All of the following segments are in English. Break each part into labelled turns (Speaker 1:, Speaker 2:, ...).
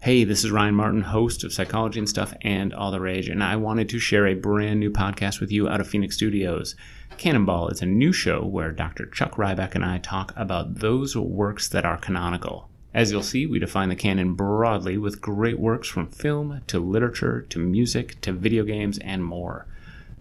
Speaker 1: Hey, this is Ryan Martin, host of Psychology and Stuff and All the Rage, and I wanted to share a brand new podcast with you out of Phoenix Studios. Cannonball is a new show where Dr. Chuck Ryback and I talk about those works that are canonical. As you'll see, we define the canon broadly with great works from film to literature to music to video games and more.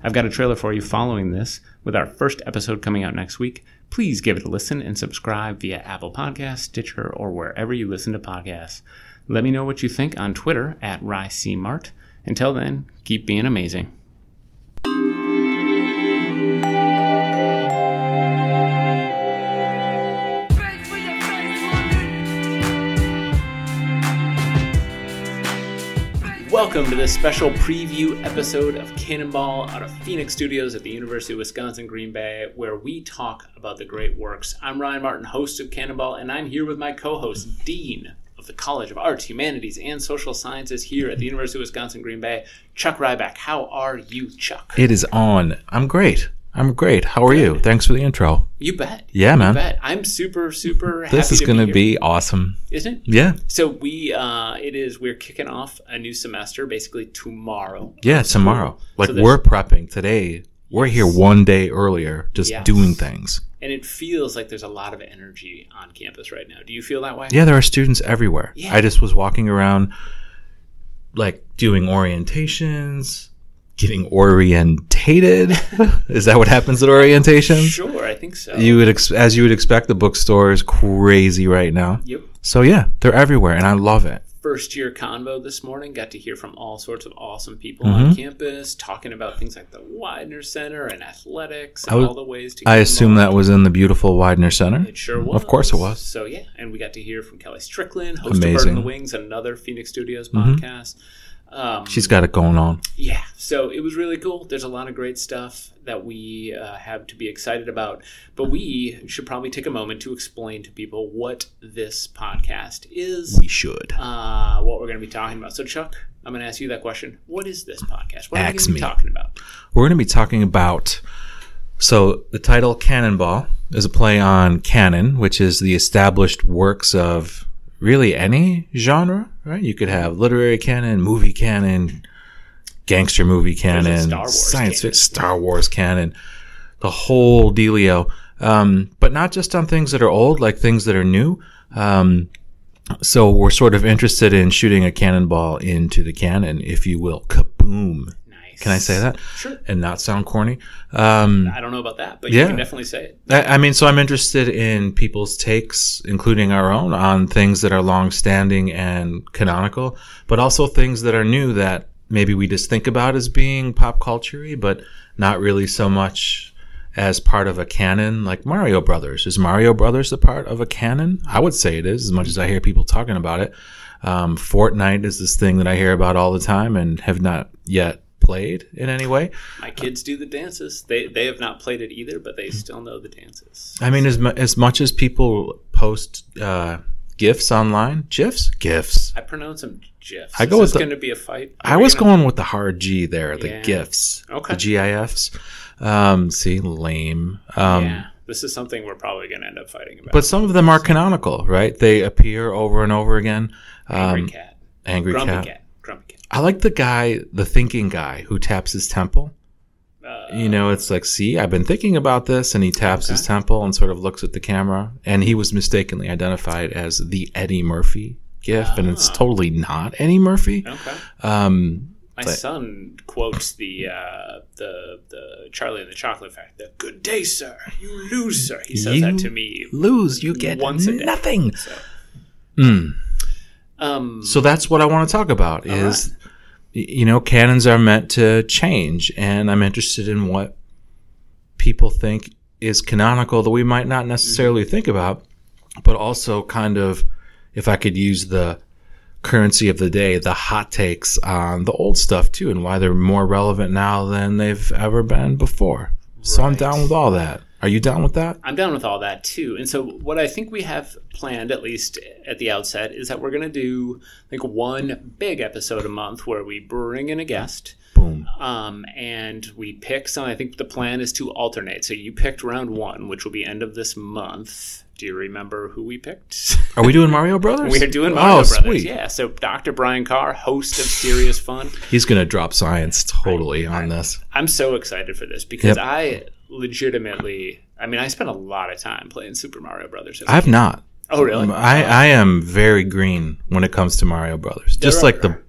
Speaker 1: I've got a trailer for you following this with our first episode coming out next week. Please give it a listen and subscribe via Apple Podcasts, Stitcher, or wherever you listen to podcasts. Let me know what you think on Twitter at RyCMart. Until then, keep being amazing.
Speaker 2: Thanks for your face, London.
Speaker 1: Welcome to this special preview episode of Cannonball out of Phoenix Studios at the University of Wisconsin Green Bay, where we talk about the great works. I'm Ryan Martin, host of Cannonball, and I'm here with my co host, Dean of the College of Arts, Humanities, and Social Sciences here at the University of Wisconsin Green Bay, Chuck Ryback. How are you, Chuck?
Speaker 3: It is on. I'm great. I'm great. How are you? Thanks for the intro.
Speaker 1: You bet.
Speaker 3: Yeah,
Speaker 1: You
Speaker 3: man.
Speaker 1: bet. I'm super, super happy.
Speaker 3: This is
Speaker 1: to
Speaker 3: going to
Speaker 1: here.
Speaker 3: be awesome.
Speaker 1: Isn't it?
Speaker 3: Yeah.
Speaker 1: So we, uh, it is. We're kicking off a new semester basically tomorrow.
Speaker 3: Yeah, tomorrow. Like
Speaker 1: So there's-
Speaker 3: we're prepping today. We're here one day earlier just
Speaker 1: Yes.
Speaker 3: doing things.
Speaker 1: and it feels like there's a lot of energy on campus right now. Do you feel that way?
Speaker 3: Yeah, there are students everywhere.
Speaker 1: Yeah.
Speaker 3: I just was walking around like doing orientations, getting orientated. is that what happens at orientations?
Speaker 1: Sure, I think so.
Speaker 3: You would ex- as you would expect the bookstore is crazy right now.
Speaker 1: Yep.
Speaker 3: So yeah, they're everywhere and I love it.
Speaker 1: First year convo this morning. Got to hear from all sorts of awesome people
Speaker 3: Mm-hmm.
Speaker 1: on campus talking about things like the Widener Center and athletics and
Speaker 3: I was-
Speaker 1: all the ways to.
Speaker 3: I
Speaker 1: get
Speaker 3: assume
Speaker 1: involved.
Speaker 3: that was in the beautiful Widener Center.
Speaker 1: It sure was.
Speaker 3: Of course it was.
Speaker 1: So yeah, and we got to hear from Kelly Strickland, host of Bird in
Speaker 3: Amazing. Mm-hmm.
Speaker 1: the Wings, another Phoenix Studios podcast. Um,
Speaker 3: She's got it going on.
Speaker 1: yeah so it was really cool there's a lot of great stuff that we uh, have to be excited about but we should probably take a moment to explain to people what this podcast is
Speaker 3: We should.
Speaker 1: uh, what we're going to be talking about so chuck i'm going to ask you that question what is this podcast what are we going
Speaker 3: Ask
Speaker 1: to be
Speaker 3: me.
Speaker 1: talking about
Speaker 3: We're going to be talking about. So, the title Cannonball is a play on canon, which is the established works of really any genre, right? You could have literary canon, movie canon, gangster movie canon,
Speaker 1: Star Wars
Speaker 3: science
Speaker 1: canon.
Speaker 3: fiction, Star Wars canon, the whole dealio. Um, but not just on things that are old, like things that are new. Um, so, we're sort of interested in shooting a cannonball into the canon, if you will. Kaboom.
Speaker 1: nice
Speaker 3: Can I say that?
Speaker 1: sure
Speaker 3: and not sound corny. Um,
Speaker 1: i don't know about that but you
Speaker 3: Yeah.
Speaker 1: can definitely say it
Speaker 3: I, I mean, so I'm interested in people's takes, including our own, on things that are long-standing and canonical, but also things that are new that maybe we just think about as being pop culture but not really so much as part of a canon like Mario Brothers. Is Mario Brothers a part of a canon? I would say it is, as much as I hear people talking about it. Um, Fortnite is this thing that I hear about all the time and have not yet played in any way.
Speaker 1: my kids do the dances they they have not played it either but they still know the dances
Speaker 3: Hmm. I mean, as, mu- as much as people post uh, gifs online, gifs, gifs.
Speaker 1: i pronounce them gifs
Speaker 3: I
Speaker 1: is
Speaker 3: go with
Speaker 1: this
Speaker 3: the-
Speaker 1: going to be a fight
Speaker 3: I
Speaker 1: Are
Speaker 3: was
Speaker 1: we gonna-
Speaker 3: going with the hard G there, the
Speaker 1: Yeah.
Speaker 3: gifs,
Speaker 1: Okay.
Speaker 3: the GIFs. Um, see, lame. Um,
Speaker 1: yeah this is something we're probably going to end up fighting about
Speaker 3: But some of them are canonical, right? They appear over and over again.
Speaker 1: Angry
Speaker 3: Um,
Speaker 1: cat.
Speaker 3: angry
Speaker 1: Grumpy
Speaker 3: cat.
Speaker 1: cat. Grumpy cat.
Speaker 3: I like the guy, the thinking guy, who taps his temple.
Speaker 1: Uh,
Speaker 3: You know, it's like, see, I've been thinking about this, and he taps his temple and sort of looks at the camera. And he was mistakenly identified as the Eddie Murphy gif, and it's totally not Eddie Murphy.
Speaker 1: okay.
Speaker 3: Um,
Speaker 1: My son quotes the uh, the the Charlie and the Chocolate Factory. The good day, sir. You lose, sir. He says that
Speaker 3: You
Speaker 1: to me.
Speaker 3: lose, you get
Speaker 1: Once a day.
Speaker 3: nothing.
Speaker 1: So,
Speaker 3: Mm.
Speaker 1: um,
Speaker 3: So that's what I want to talk about. is y- you know, canons are meant to change, and I'm interested in what people think is canonical that we might not necessarily
Speaker 1: Mm-hmm.
Speaker 3: think about, but also kind of, if I could use the currency of the day, the hot takes on the old stuff too, and why they're more relevant now than they've ever been before. So I'm
Speaker 1: Right.
Speaker 3: down with all that. Are you down with that?
Speaker 1: I'm down with all that too. And so, what I think we have planned, at least at the outset, is that we're going to do like one big episode a month where we bring in a guest
Speaker 3: Boom.
Speaker 1: um, and we pick some. I think the plan is to alternate. So, you picked round one, which will be end of this month. Do you remember who we picked?
Speaker 3: Are we doing Mario Brothers?
Speaker 1: We're doing Mario
Speaker 3: oh,
Speaker 1: Brothers.
Speaker 3: Sweet.
Speaker 1: Yeah. So, Dr. Brian Carr, host of Serious Fun.
Speaker 3: He's gonna drop science totally on this.
Speaker 1: I'm so excited for this because
Speaker 3: Yep.
Speaker 1: I legitimately, I mean, I spent a lot of time playing Super Mario Brothers. as a
Speaker 3: I've not.
Speaker 1: Oh, really?
Speaker 3: um, I, I am very green when it comes to Mario Brothers. Just
Speaker 1: are-
Speaker 3: like the,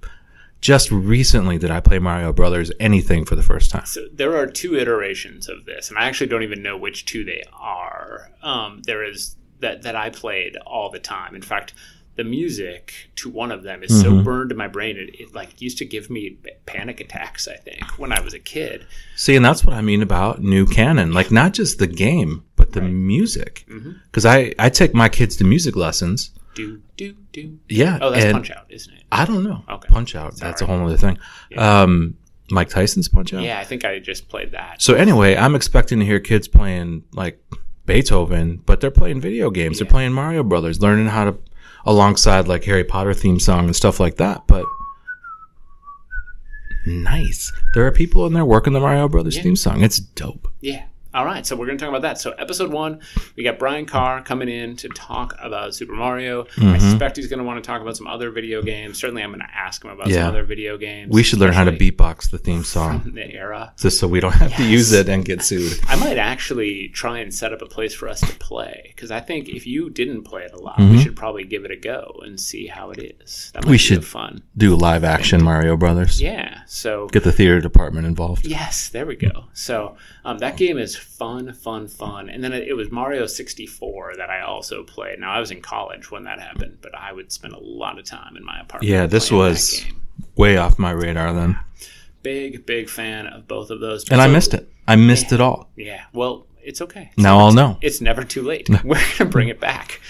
Speaker 3: just recently did I play Mario Brothers anything for the first time.
Speaker 1: So there are two iterations of this, and I actually don't even know which two they are. Um, there is that that I played all the time. In fact, the music to one of them is so burned in my brain it, it like used to give me panic attacks. I think when I was a kid.
Speaker 3: See, and that's what I mean about new canon. Like not just the game, but the music.
Speaker 1: Mm-hmm.
Speaker 3: Because I I take my kids to music lessons.
Speaker 1: Do do do.
Speaker 3: Yeah.
Speaker 1: Oh, that's
Speaker 3: and
Speaker 1: Punch Out, isn't it?
Speaker 3: I don't know.
Speaker 1: Okay.
Speaker 3: Punch out. That's a whole other thing. Um, Mike Tyson's Punch Out.
Speaker 1: Yeah, I think I just played that.
Speaker 3: So anyway, I'm expecting to hear kids playing like Beethoven, but they're playing video games. They're playing Mario Brothers, learning how to alongside like Harry Potter theme song and stuff like that. But nice. There are people in there working the Mario Brothers theme song. It's dope.
Speaker 1: Yeah. All right, so we're going to talk about that. So, episode one, we got Brian Carr coming in to talk about Super Mario. I
Speaker 3: Mm-hmm.
Speaker 1: suspect he's going to want to talk about some other video games. Certainly, I'm going to ask him about
Speaker 3: Yeah.
Speaker 1: some other video games.
Speaker 3: We should learn how to
Speaker 1: especially
Speaker 3: beatbox the theme song
Speaker 1: in the era.
Speaker 3: just so we don't have to use it and get sued.
Speaker 1: I might actually try and set up a place for us to play because I think if you didn't play it a lot, we should probably give it a go and see how it is. That might
Speaker 3: Mm-hmm. We
Speaker 1: be
Speaker 3: should.
Speaker 1: fun.
Speaker 3: Do live action Mario Brothers.
Speaker 1: Yeah. So
Speaker 3: Get the theater department involved.
Speaker 1: Yes, there we go. So um, that game is fun, fun, fun. And then it, it was Mario 64 that I also played. Now, I was in college when that happened, but I would spend a lot of time in my apartment.
Speaker 3: Yeah, this
Speaker 1: playing that
Speaker 3: was
Speaker 1: game.
Speaker 3: way off my radar then.
Speaker 1: Big, big fan of both of those.
Speaker 3: And I
Speaker 1: So-
Speaker 3: missed it. I missed it all.
Speaker 1: Yeah, well, it's okay.
Speaker 3: Now I'll know.
Speaker 1: It's never too late. We're going to bring it back.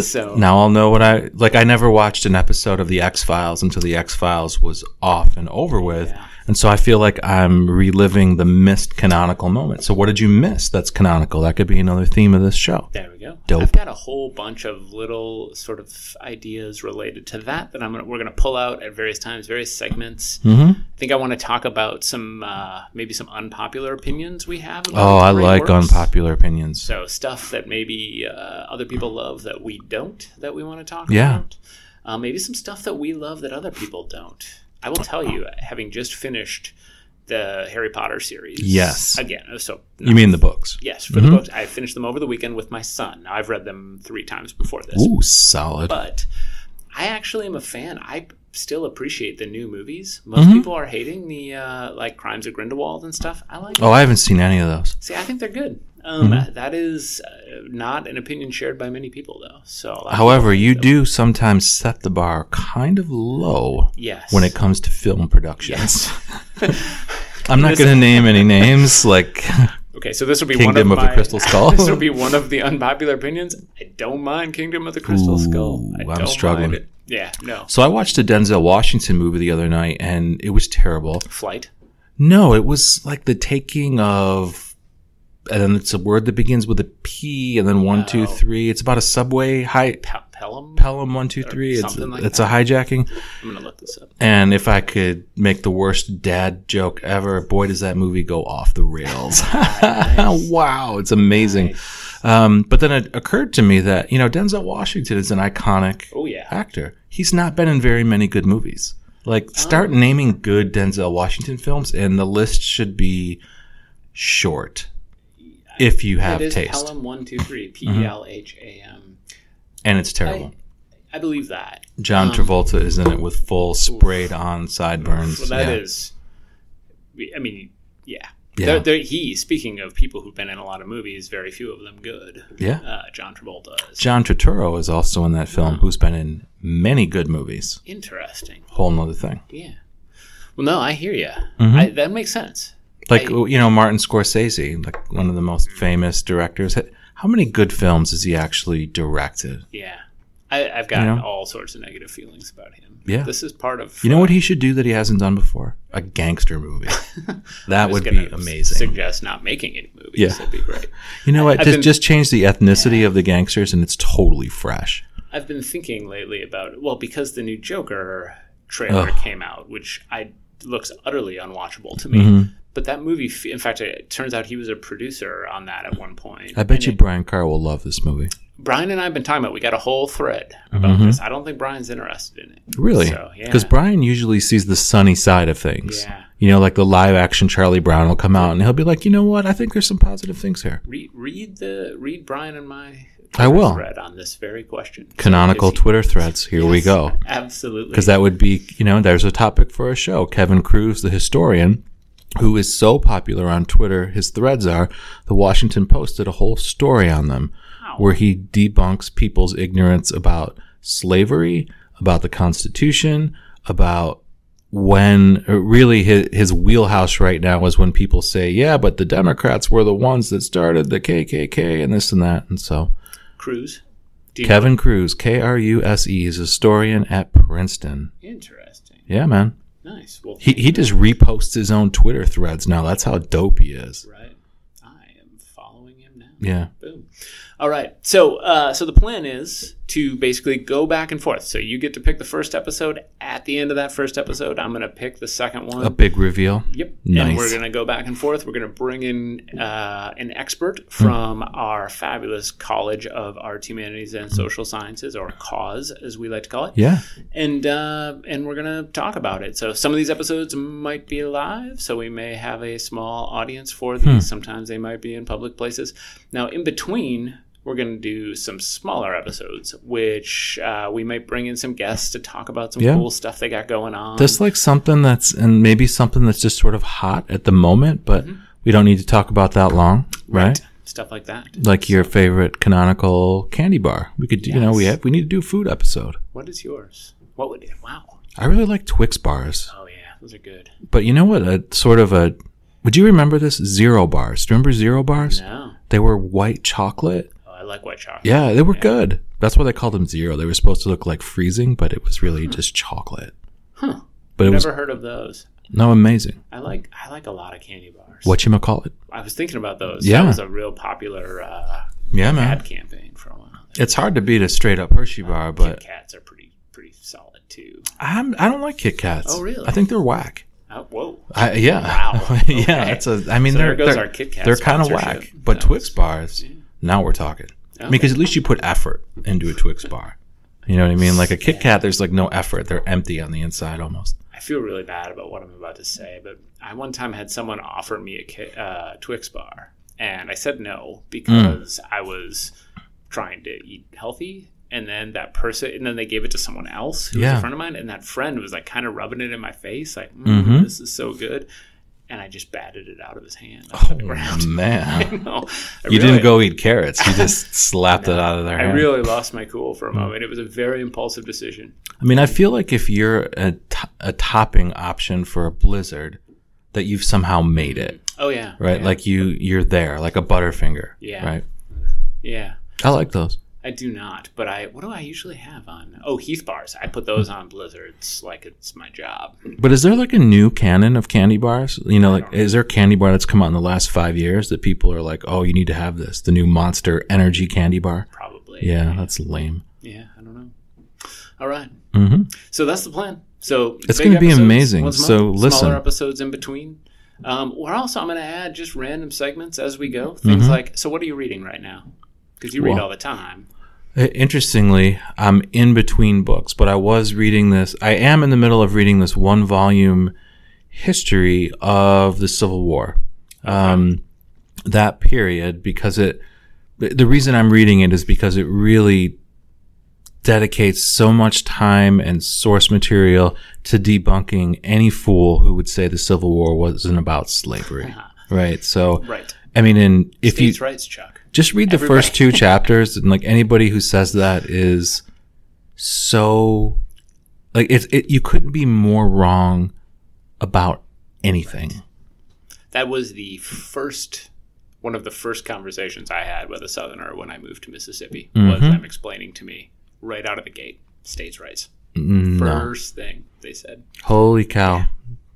Speaker 1: so,
Speaker 3: Now I'll know what I like. I never watched an episode of The X Files until The X Files was off and over with. And so I feel like I'm reliving the missed canonical moment. So, what did you miss that's canonical? That could be another theme of this show.
Speaker 1: There we go.
Speaker 3: Dope.
Speaker 1: I've got a whole bunch of little sort of ideas related to that that I'm gonna, we're going to pull out at various times, various segments. Mm-hmm. I think I want to talk about some uh, maybe some unpopular opinions we have. About
Speaker 3: Oh, I
Speaker 1: great
Speaker 3: like
Speaker 1: works.
Speaker 3: unpopular opinions.
Speaker 1: So stuff that maybe uh, other people love that we don't that we want to talk
Speaker 3: Yeah.
Speaker 1: about. Uh, maybe some stuff that we love that other people don't. I will tell you, having just finished the Harry Potter series.
Speaker 3: Yes. Mm-hmm.
Speaker 1: Again, it was so
Speaker 3: you mean the books?
Speaker 1: Yes, for the books. I finished them over the weekend with my son. Now, I've read them three times before this,
Speaker 3: Ooh, solid.
Speaker 1: but I actually am a fan. I still appreciate the new movies. Most
Speaker 3: Mm-hmm.
Speaker 1: people are hating the uh, like Crimes of Grindelwald and stuff. I like.
Speaker 3: Oh, Mm-hmm. I haven't seen any of those.
Speaker 1: See, I think they're good. Um, that is uh, not an opinion shared by many people, though. So, a lot of
Speaker 3: However,
Speaker 1: people-
Speaker 3: you do sometimes set the bar kind of low
Speaker 1: yes,
Speaker 3: when it comes to film production.
Speaker 1: yes.
Speaker 3: I'm not going to name any names, like
Speaker 1: Okay, so this will be
Speaker 3: Kingdom
Speaker 1: one
Speaker 3: of
Speaker 1: of,
Speaker 3: the
Speaker 1: my-
Speaker 3: Crystal Skull.
Speaker 1: this will be one of the unpopular opinions. I don't mind Kingdom of the Crystal Skull. I
Speaker 3: Ooh, I'm
Speaker 1: don't
Speaker 3: struggling.
Speaker 1: Mind it. Yeah, no
Speaker 3: So I watched a Denzel Washington movie the other night, and it was terrible.
Speaker 1: flight.
Speaker 3: No, it was like the taking of, and then it's a word that begins with a P, and then one, two, three.
Speaker 1: Oh.
Speaker 3: It's about a subway hi,
Speaker 1: Pe- Pelham.
Speaker 3: Pelham one, two, three. It's
Speaker 1: something like
Speaker 3: it's a hijacking.
Speaker 1: I'm gonna look this up.
Speaker 3: And if I could make the worst dad joke ever, boy, does that movie go off the rails. wow, it's amazing. Um, but then it occurred to me that, you know, Denzel Washington is an iconic
Speaker 1: Oh yeah,
Speaker 3: actor. He's not been in very many good movies. Like,
Speaker 1: Oh.
Speaker 3: start naming good Denzel Washington films, and the list should be short if you have
Speaker 1: it is
Speaker 3: taste. Mm-hmm.
Speaker 1: Pelham one two three P E L H A M.
Speaker 3: And it's terrible.
Speaker 1: I um, believe that.
Speaker 3: John Travolta is in it with full sprayed on sideburns.
Speaker 1: Well, that
Speaker 3: Yeah.
Speaker 1: is. I mean, yeah.
Speaker 3: Yeah.
Speaker 1: There, there, he speaking of people who've been in a lot of movies, very few of them good.
Speaker 3: Yeah.
Speaker 1: Uh, John Travolta is
Speaker 3: John Turturro is also in that film, who's been in many good movies.
Speaker 1: interesting.
Speaker 3: Whole nother thing.
Speaker 1: Yeah. Well, no, I hear you.
Speaker 3: Mm-hmm.
Speaker 1: that makes sense.
Speaker 3: Like, you know, Martin Scorsese, like one of the most famous directors. How many good films has he actually directed?
Speaker 1: Yeah. I, I've gotten
Speaker 3: know?
Speaker 1: all sorts of negative feelings about him.
Speaker 3: Yeah.
Speaker 1: This is part of.
Speaker 3: You know what he should do that he hasn't done before? A gangster movie. That
Speaker 1: I was
Speaker 3: would
Speaker 1: gonna
Speaker 3: be amazing.
Speaker 1: Suggest not making any movies.
Speaker 3: Yeah.
Speaker 1: That'd be great.
Speaker 3: you know what?
Speaker 1: I've
Speaker 3: Just,
Speaker 1: been-
Speaker 3: just change the ethnicity of the gangsters and it's totally fresh.
Speaker 1: I've been thinking lately about well because the new Joker trailer
Speaker 3: Ugh.
Speaker 1: came out, which I looks utterly unwatchable to me.
Speaker 3: Mm-hmm.
Speaker 1: But that movie, f- in fact, it turns out he was a producer on that at one point.
Speaker 3: I bet
Speaker 1: And
Speaker 3: you
Speaker 1: it-
Speaker 3: Brian Carr will love this movie.
Speaker 1: Brian and I have been talking about. We got a whole thread about this. I don't think Brian's interested in it.
Speaker 3: Mm-hmm. Really?
Speaker 1: So, yeah.
Speaker 3: Because Brian usually sees the sunny side of things.
Speaker 1: Yeah.
Speaker 3: You know, like the live action Charlie Brown will come out and he'll be like, you know what? I think there's some positive things here.
Speaker 1: Re- read the read Brian and my
Speaker 3: I will.
Speaker 1: thread on this very question.
Speaker 3: Canonical
Speaker 1: Is he-
Speaker 3: Twitter threads. Here we go.
Speaker 1: Absolutely.
Speaker 3: because that would be you know there's a topic for a show kevin cruz the historian who is so popular on twitter his threads are the washington post did a whole story on them where he debunks people's ignorance about slavery about the constitution about when really his, his wheelhouse right now is when people say yeah but the democrats were the ones that started the kkk and this and that and so
Speaker 1: Cruz. Do you
Speaker 3: kevin cruz k-r-u-s-e E, is a historian at princeton
Speaker 1: Interesting.
Speaker 3: yeah man
Speaker 1: Nice. Well,
Speaker 3: he, he just reposts his own Twitter threads now. That's how dope he is.
Speaker 1: right. I am following him now.
Speaker 3: Yeah.
Speaker 1: Boom. All right. So, uh, so the plan is to basically go back and forth. So you get to pick the first episode. At the end of that first episode, I'm going to pick the second one.
Speaker 3: A big reveal.
Speaker 1: Yep. And
Speaker 3: Nice.
Speaker 1: we're going to go back and forth. We're going to bring in uh, an expert from
Speaker 3: Hmm.
Speaker 1: our fabulous College of Arts, Humanities, and Social Sciences, or CAUSE, as we like to call it.
Speaker 3: Yeah.
Speaker 1: And uh, and we're going to talk about it. So some of these episodes might be live, so we may have a small audience for these.
Speaker 3: Hmm.
Speaker 1: Sometimes they might be in public places. Now, in between. We're going to do some smaller episodes, which uh, we might bring in some guests to talk about some
Speaker 3: Yeah.
Speaker 1: cool stuff they got going on.
Speaker 3: That's like something that's, and maybe something that's just sort of hot at the moment, but we don't need to talk about that long, right?
Speaker 1: stuff like that.
Speaker 3: Like your favorite canonical candy bar. We could, do you know, we
Speaker 1: Yes.
Speaker 3: have, we need to do a food episode.
Speaker 1: What is yours? What would wow?
Speaker 3: I really like Twix bars,
Speaker 1: Oh yeah, those are good.
Speaker 3: but you know what? A sort of a, would you remember this? Zero bars. Do you remember zero bars?
Speaker 1: No,
Speaker 3: They were white chocolate.
Speaker 1: oh, I like white chocolate.
Speaker 3: Yeah, they were good. That's why they called them zero. They were supposed to look like freezing, but it was really just chocolate.
Speaker 1: Huh.
Speaker 3: But it was
Speaker 1: Hmm. Never heard of those.
Speaker 3: no amazing.
Speaker 1: I like I like a lot of candy bars.
Speaker 3: What you call it?
Speaker 1: I was thinking about those.
Speaker 3: Yeah.
Speaker 1: that was a real popular uh,
Speaker 3: Yeah, man.
Speaker 1: ad campaign for a while.
Speaker 3: It's hard to beat a straight up Hershey bar,
Speaker 1: Kit
Speaker 3: but
Speaker 1: Kats are pretty pretty solid too.
Speaker 3: I'm, I don't like Kit Kats.
Speaker 1: Oh, really?
Speaker 3: I think they're whack.
Speaker 1: Oh, whoa,
Speaker 3: I, yeah.
Speaker 1: Wow.
Speaker 3: yeah.
Speaker 1: Okay.
Speaker 3: That's a. I mean,
Speaker 1: So
Speaker 3: they're
Speaker 1: there goes
Speaker 3: they're,
Speaker 1: our Kit Kat
Speaker 3: they're kind of
Speaker 1: sponsorship.
Speaker 3: whack. But
Speaker 1: That
Speaker 3: Twix
Speaker 1: was-
Speaker 3: bars. Now we're talking. I mean,
Speaker 1: Okay.
Speaker 3: because at least you put effort into a Twix bar. You know what I mean? Like a Kit Kat, there's like no effort. They're empty on the inside almost.
Speaker 1: I feel really bad about what I'm about to say, but I one time had someone offer me a Ki- uh, Twix bar, and I said no because
Speaker 3: Hmm.
Speaker 1: I was trying to eat healthy. And then that person, and then they gave it to someone else who was
Speaker 3: Yeah.
Speaker 1: a friend of mine, and that friend was like kind of rubbing it in my face, like, mm,
Speaker 3: Mhm.
Speaker 1: "This is so good," and I just batted it out of his hand. Oh,
Speaker 3: Man.
Speaker 1: no, I really-
Speaker 3: You didn't go eat carrots. You just slapped it out of their
Speaker 1: I
Speaker 3: hand.
Speaker 1: really lost my cool for a
Speaker 3: Hmm.
Speaker 1: moment. It was a very impulsive decision.
Speaker 3: I mean, I feel like if you're a, to- a topping option for a blizzard, that you've somehow made it,
Speaker 1: Oh yeah,
Speaker 3: right?
Speaker 1: yeah,
Speaker 3: Like you, you're there, like a Butterfinger,
Speaker 1: Yeah.
Speaker 3: right?
Speaker 1: yeah.
Speaker 3: I like those.
Speaker 1: I do not, but I what do I usually have on? Oh, Heath bars. I put those on blizzards like it's my job.
Speaker 3: But is there like a new canon of candy bars? You know, like is there a candy bar that's come out in the last five years that people are like, oh, you need to have this, the new Monster Energy candy bar?
Speaker 1: Probably.
Speaker 3: Yeah, that's lame.
Speaker 1: Yeah, I don't know. All right.
Speaker 3: hmm
Speaker 1: So that's the plan. So
Speaker 3: It's
Speaker 1: big
Speaker 3: gonna be
Speaker 1: episodes
Speaker 3: amazing.
Speaker 1: once a
Speaker 3: So
Speaker 1: month,
Speaker 3: listen.
Speaker 1: smaller episodes in between. Um, we're also I'm going to add just random segments as we go. Things like so, what are you reading right now? Because you read
Speaker 3: Mm-hmm. Well-
Speaker 1: all the time.
Speaker 3: Uh, Interestingly, I'm in between books, but I was reading this. I am in the middle of reading this one volume history of the Civil War. Um, that period, because it, the the reason I'm reading it is because it really dedicates so much time and source material to debunking any fool who would say the Civil War wasn't about slavery. Right. So,
Speaker 1: Right.
Speaker 3: I mean, and if you,
Speaker 1: States rights, Chuck.
Speaker 3: just read the
Speaker 1: Everybody.
Speaker 3: first two chapters and like anybody who says that is so like it's it, you couldn't be more wrong about anything
Speaker 1: That was the first one
Speaker 3: Mm-hmm.
Speaker 1: of the first conversations I had with a southerner when I moved to Mississippi was them explaining to me right out of the gate. States' rights.
Speaker 3: No.
Speaker 1: First thing they said.
Speaker 3: Holy cow.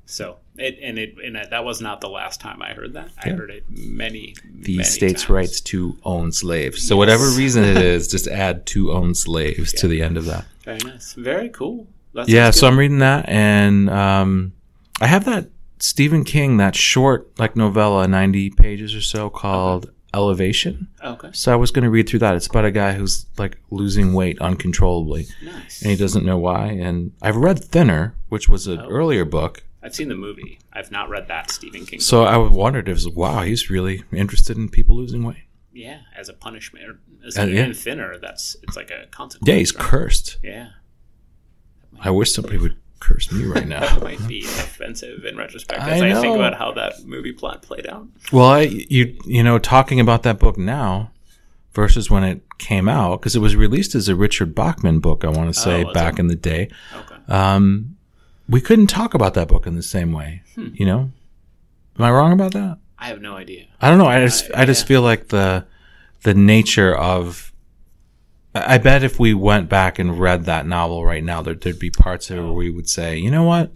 Speaker 1: So it and it and that- that was not the last time I heard that. I
Speaker 3: Yeah.
Speaker 1: heard it many
Speaker 3: The
Speaker 1: many
Speaker 3: states'
Speaker 1: times.
Speaker 3: rights to own slaves. So whatever
Speaker 1: Yes.
Speaker 3: reason it is, just add to own slaves to the end of that.
Speaker 1: Very nice. Very cool. That
Speaker 3: yeah
Speaker 1: sounds
Speaker 3: so
Speaker 1: good.
Speaker 3: i'm reading that and um, i have that stephen king that short like novella 90 pages or so called elevation
Speaker 1: okay.
Speaker 3: so i was going to read through that it's about a guy who's like losing weight uncontrollably
Speaker 1: Nice.
Speaker 3: and he doesn't know why and i've read thinner which was
Speaker 1: Oh.
Speaker 3: an earlier book
Speaker 1: I've seen the movie. I've not read that Stephen King.
Speaker 3: so i wondered if it was, wow he's really interested in people losing weight
Speaker 1: yeah, as a punishment, or as
Speaker 3: Uh,
Speaker 1: an
Speaker 3: yeah.
Speaker 1: even thinner. That's it's like a consequence.
Speaker 3: yeah he's
Speaker 1: right?
Speaker 3: cursed
Speaker 1: Yeah,
Speaker 3: i wish somebody would curse me right now
Speaker 1: that might be offensive in retrospect.
Speaker 3: I
Speaker 1: As I, think
Speaker 3: know.
Speaker 1: about how that movie plot played out.
Speaker 3: Well, I, you you know, talking about that book now versus when it came out, because it was released as a Richard Bachman book, I want to say,
Speaker 1: Oh, was it?
Speaker 3: back in the day.
Speaker 1: Okay.
Speaker 3: Um, we couldn't talk about that book in the same way.
Speaker 1: Hmm.
Speaker 3: You know, am I wrong about that?
Speaker 1: I have no idea.
Speaker 3: I don't know. I just
Speaker 1: I-
Speaker 3: I just
Speaker 1: yeah.
Speaker 3: feel like the the nature of I I bet if we went back and read that novel right now, there, there'd be parts of it where we would say, you know what?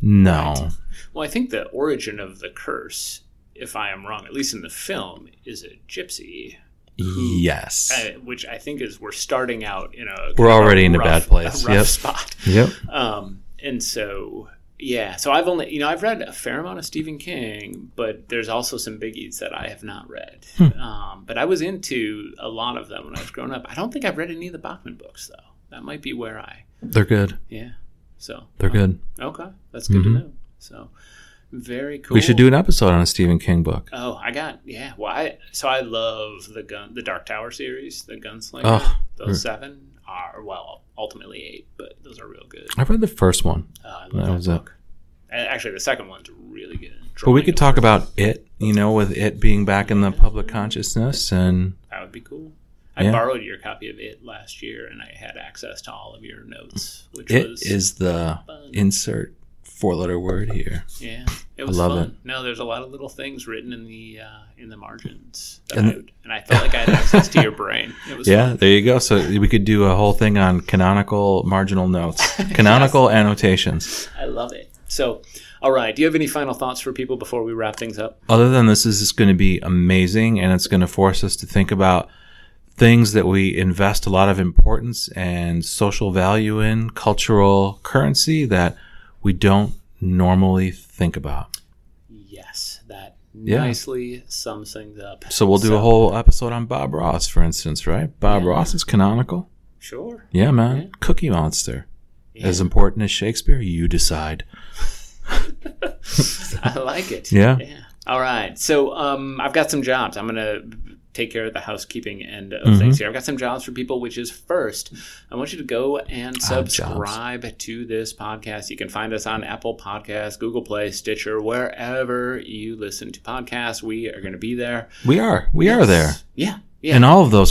Speaker 3: No.
Speaker 1: Well, I think the origin of the curse, if I am wrong, at least in the film, is a gypsy.
Speaker 3: Yes.
Speaker 1: Uh, which I think is we're starting out in a kind
Speaker 3: We're
Speaker 1: of
Speaker 3: already in a
Speaker 1: rough-
Speaker 3: bad place.
Speaker 1: rough
Speaker 3: Yep.
Speaker 1: spot.
Speaker 3: Yep.
Speaker 1: Um, and so, yeah. So I've only, you know, I've read a fair amount of Stephen King, but there's also some biggies that I have not read.
Speaker 3: Hmm.
Speaker 1: Um, but I was into a lot of them when I was growing up. I don't think I've read any of the Bachman books though. That might be where I,
Speaker 3: They're good.
Speaker 1: yeah. So
Speaker 3: They're good.
Speaker 1: okay, that's good
Speaker 3: Mhm.
Speaker 1: to know. So very cool.
Speaker 3: We should do an episode on a Stephen King book.
Speaker 1: Oh, I got yeah. Well, I so I love the gun, the Dark Tower series, the Gunslinger.
Speaker 3: Oh, mm.
Speaker 1: those seven are well, ultimately eight, but those are real good.
Speaker 3: I read the first one.
Speaker 1: Uh, I love
Speaker 3: That was it.
Speaker 1: And Actually, the second one's really good.
Speaker 3: But we could
Speaker 1: Drawing
Speaker 3: talk about it, you know, with it being back in the public consciousness and
Speaker 1: of- That would be cool. I
Speaker 3: Yeah.
Speaker 1: borrowed your copy of it last year, and I had access to all of your notes, which
Speaker 3: it
Speaker 1: was
Speaker 3: is the
Speaker 1: fun.
Speaker 3: insert four letter word here.
Speaker 1: yeah, it was
Speaker 3: love
Speaker 1: fun. No, there's a lot of little things written in the uh, in the margins, that
Speaker 3: And-
Speaker 1: I would- and I felt like I had access to your brain. It was
Speaker 3: Yeah, there you go. So we could do a whole thing on canonical marginal notes, canonical annotations.
Speaker 1: I love it. So, all right, do you have any final thoughts for people before we wrap things up?
Speaker 3: Other than this, this is going to be amazing and it's going to force us to think about things that we invest a lot of importance and social value in, cultural currency that we don't normally think about.
Speaker 1: Yes, that
Speaker 3: Yeah.
Speaker 1: nicely sums things up.
Speaker 3: So we'll do a whole episode on Bob Ross, for instance, right? Bob
Speaker 1: Yeah.
Speaker 3: Ross is canonical.
Speaker 1: sure.
Speaker 3: Yeah, man.
Speaker 1: Yeah.
Speaker 3: Cookie Monster.
Speaker 1: Yeah.
Speaker 3: As important as Shakespeare, you decide.
Speaker 1: I like it.
Speaker 3: Yeah.
Speaker 1: Yeah. All right. So um, I've got some jobs. I'm gonna take care of the housekeeping end of
Speaker 3: Mhm.
Speaker 1: things here. I've got some jobs for people, which is first, I want you to go and
Speaker 3: jobs.
Speaker 1: subscribe to this podcast. You can find us on Apple Podcasts, Google Play, Stitcher, wherever you listen to podcasts. We are gonna be there.
Speaker 3: We are. We are there.
Speaker 1: Yeah. Yeah.
Speaker 3: In all of those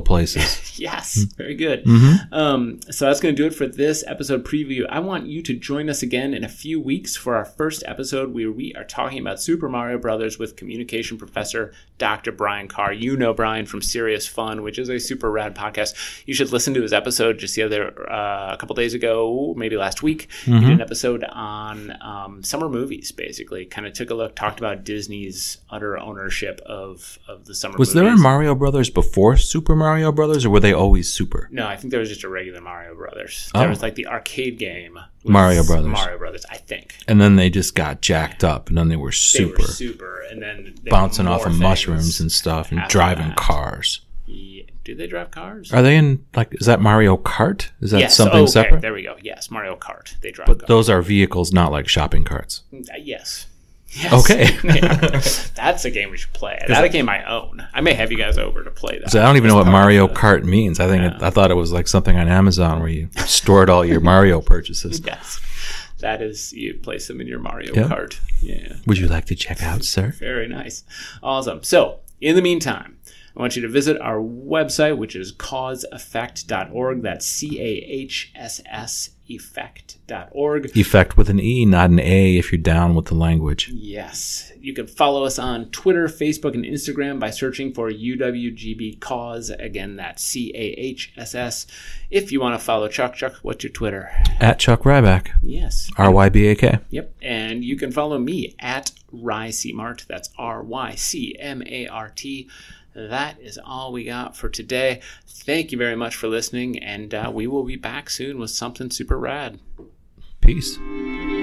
Speaker 3: places.
Speaker 1: yes. Very good.
Speaker 3: Mhm.
Speaker 1: Um, so that's going to do it for this episode preview. I want you to join us again in a few weeks for our first episode where we are talking about Super Mario Brothers with communication professor Dr. Brian Carr. You know Brian from Serious Fun, which is a super rad podcast. You should listen to his episode just the other uh, a couple days ago, maybe last week. He
Speaker 3: Mm-hmm.
Speaker 1: did an episode on um, summer movies, basically. Kind of took a look, talked about Disney's utter ownership of of the summer.
Speaker 3: Was
Speaker 1: movies.
Speaker 3: there a Mario Brothers before Super Mario Brothers, or were they always super?
Speaker 1: No, I think there was just a regular Mario Brothers.
Speaker 3: Oh.
Speaker 1: There was like the arcade game. with
Speaker 3: Mario Brothers.
Speaker 1: Mario Brothers, I think.
Speaker 3: And then they just got jacked up, and then they were
Speaker 1: They
Speaker 3: super,
Speaker 1: were super, and then they
Speaker 3: bouncing
Speaker 1: were
Speaker 3: off
Speaker 1: more
Speaker 3: of
Speaker 1: things.
Speaker 3: mushrooms and stuff, and
Speaker 1: after
Speaker 3: driving
Speaker 1: that.
Speaker 3: cars.
Speaker 1: Yeah. Do they drive cars?
Speaker 3: Are they in like? Is that Mario Kart? Is that
Speaker 1: yes.
Speaker 3: Uh,
Speaker 1: Oh,
Speaker 3: something
Speaker 1: okay,
Speaker 3: separate?
Speaker 1: There we go. Yes, Mario Kart. They drive
Speaker 3: But
Speaker 1: cars.
Speaker 3: those are vehicles, not like shopping carts.
Speaker 1: Uh, yes. Yes.
Speaker 3: Okay.
Speaker 1: Yeah. That's a game we should play. That's a game I own. I may have you guys over to play that.
Speaker 3: So I don't even know what
Speaker 1: That's part of
Speaker 3: Mario
Speaker 1: the-
Speaker 3: Kart means. I think it, I thought it was like something on Amazon where you stored all your Mario purchases.
Speaker 1: Yes. That is, you place them in your Mario
Speaker 3: Yeah.
Speaker 1: Kart. Yeah.
Speaker 3: Would you like to check out, sir?
Speaker 1: Very nice. Awesome. So, in the meantime, I I want you to visit our website, which is causeeffect.org. That's C A H S S effect.org.
Speaker 3: Effect with an E, not an A if you're down with the language.
Speaker 1: Yes. You can follow us on Twitter, Facebook, and Instagram by searching for UWGB Cause. Again, that's C A H S S. If you want to follow Chuck, Chuck, what's your Twitter?
Speaker 3: At Chuck Ryback,
Speaker 1: Yes.
Speaker 3: R Y B A K.
Speaker 1: Yep. And you can follow me at RyCMart. That's R Y C M A R T. That is all we got for today. Thank you very much for listening, and uh, we will be back soon with something super rad.
Speaker 3: Peace.
Speaker 1: Thank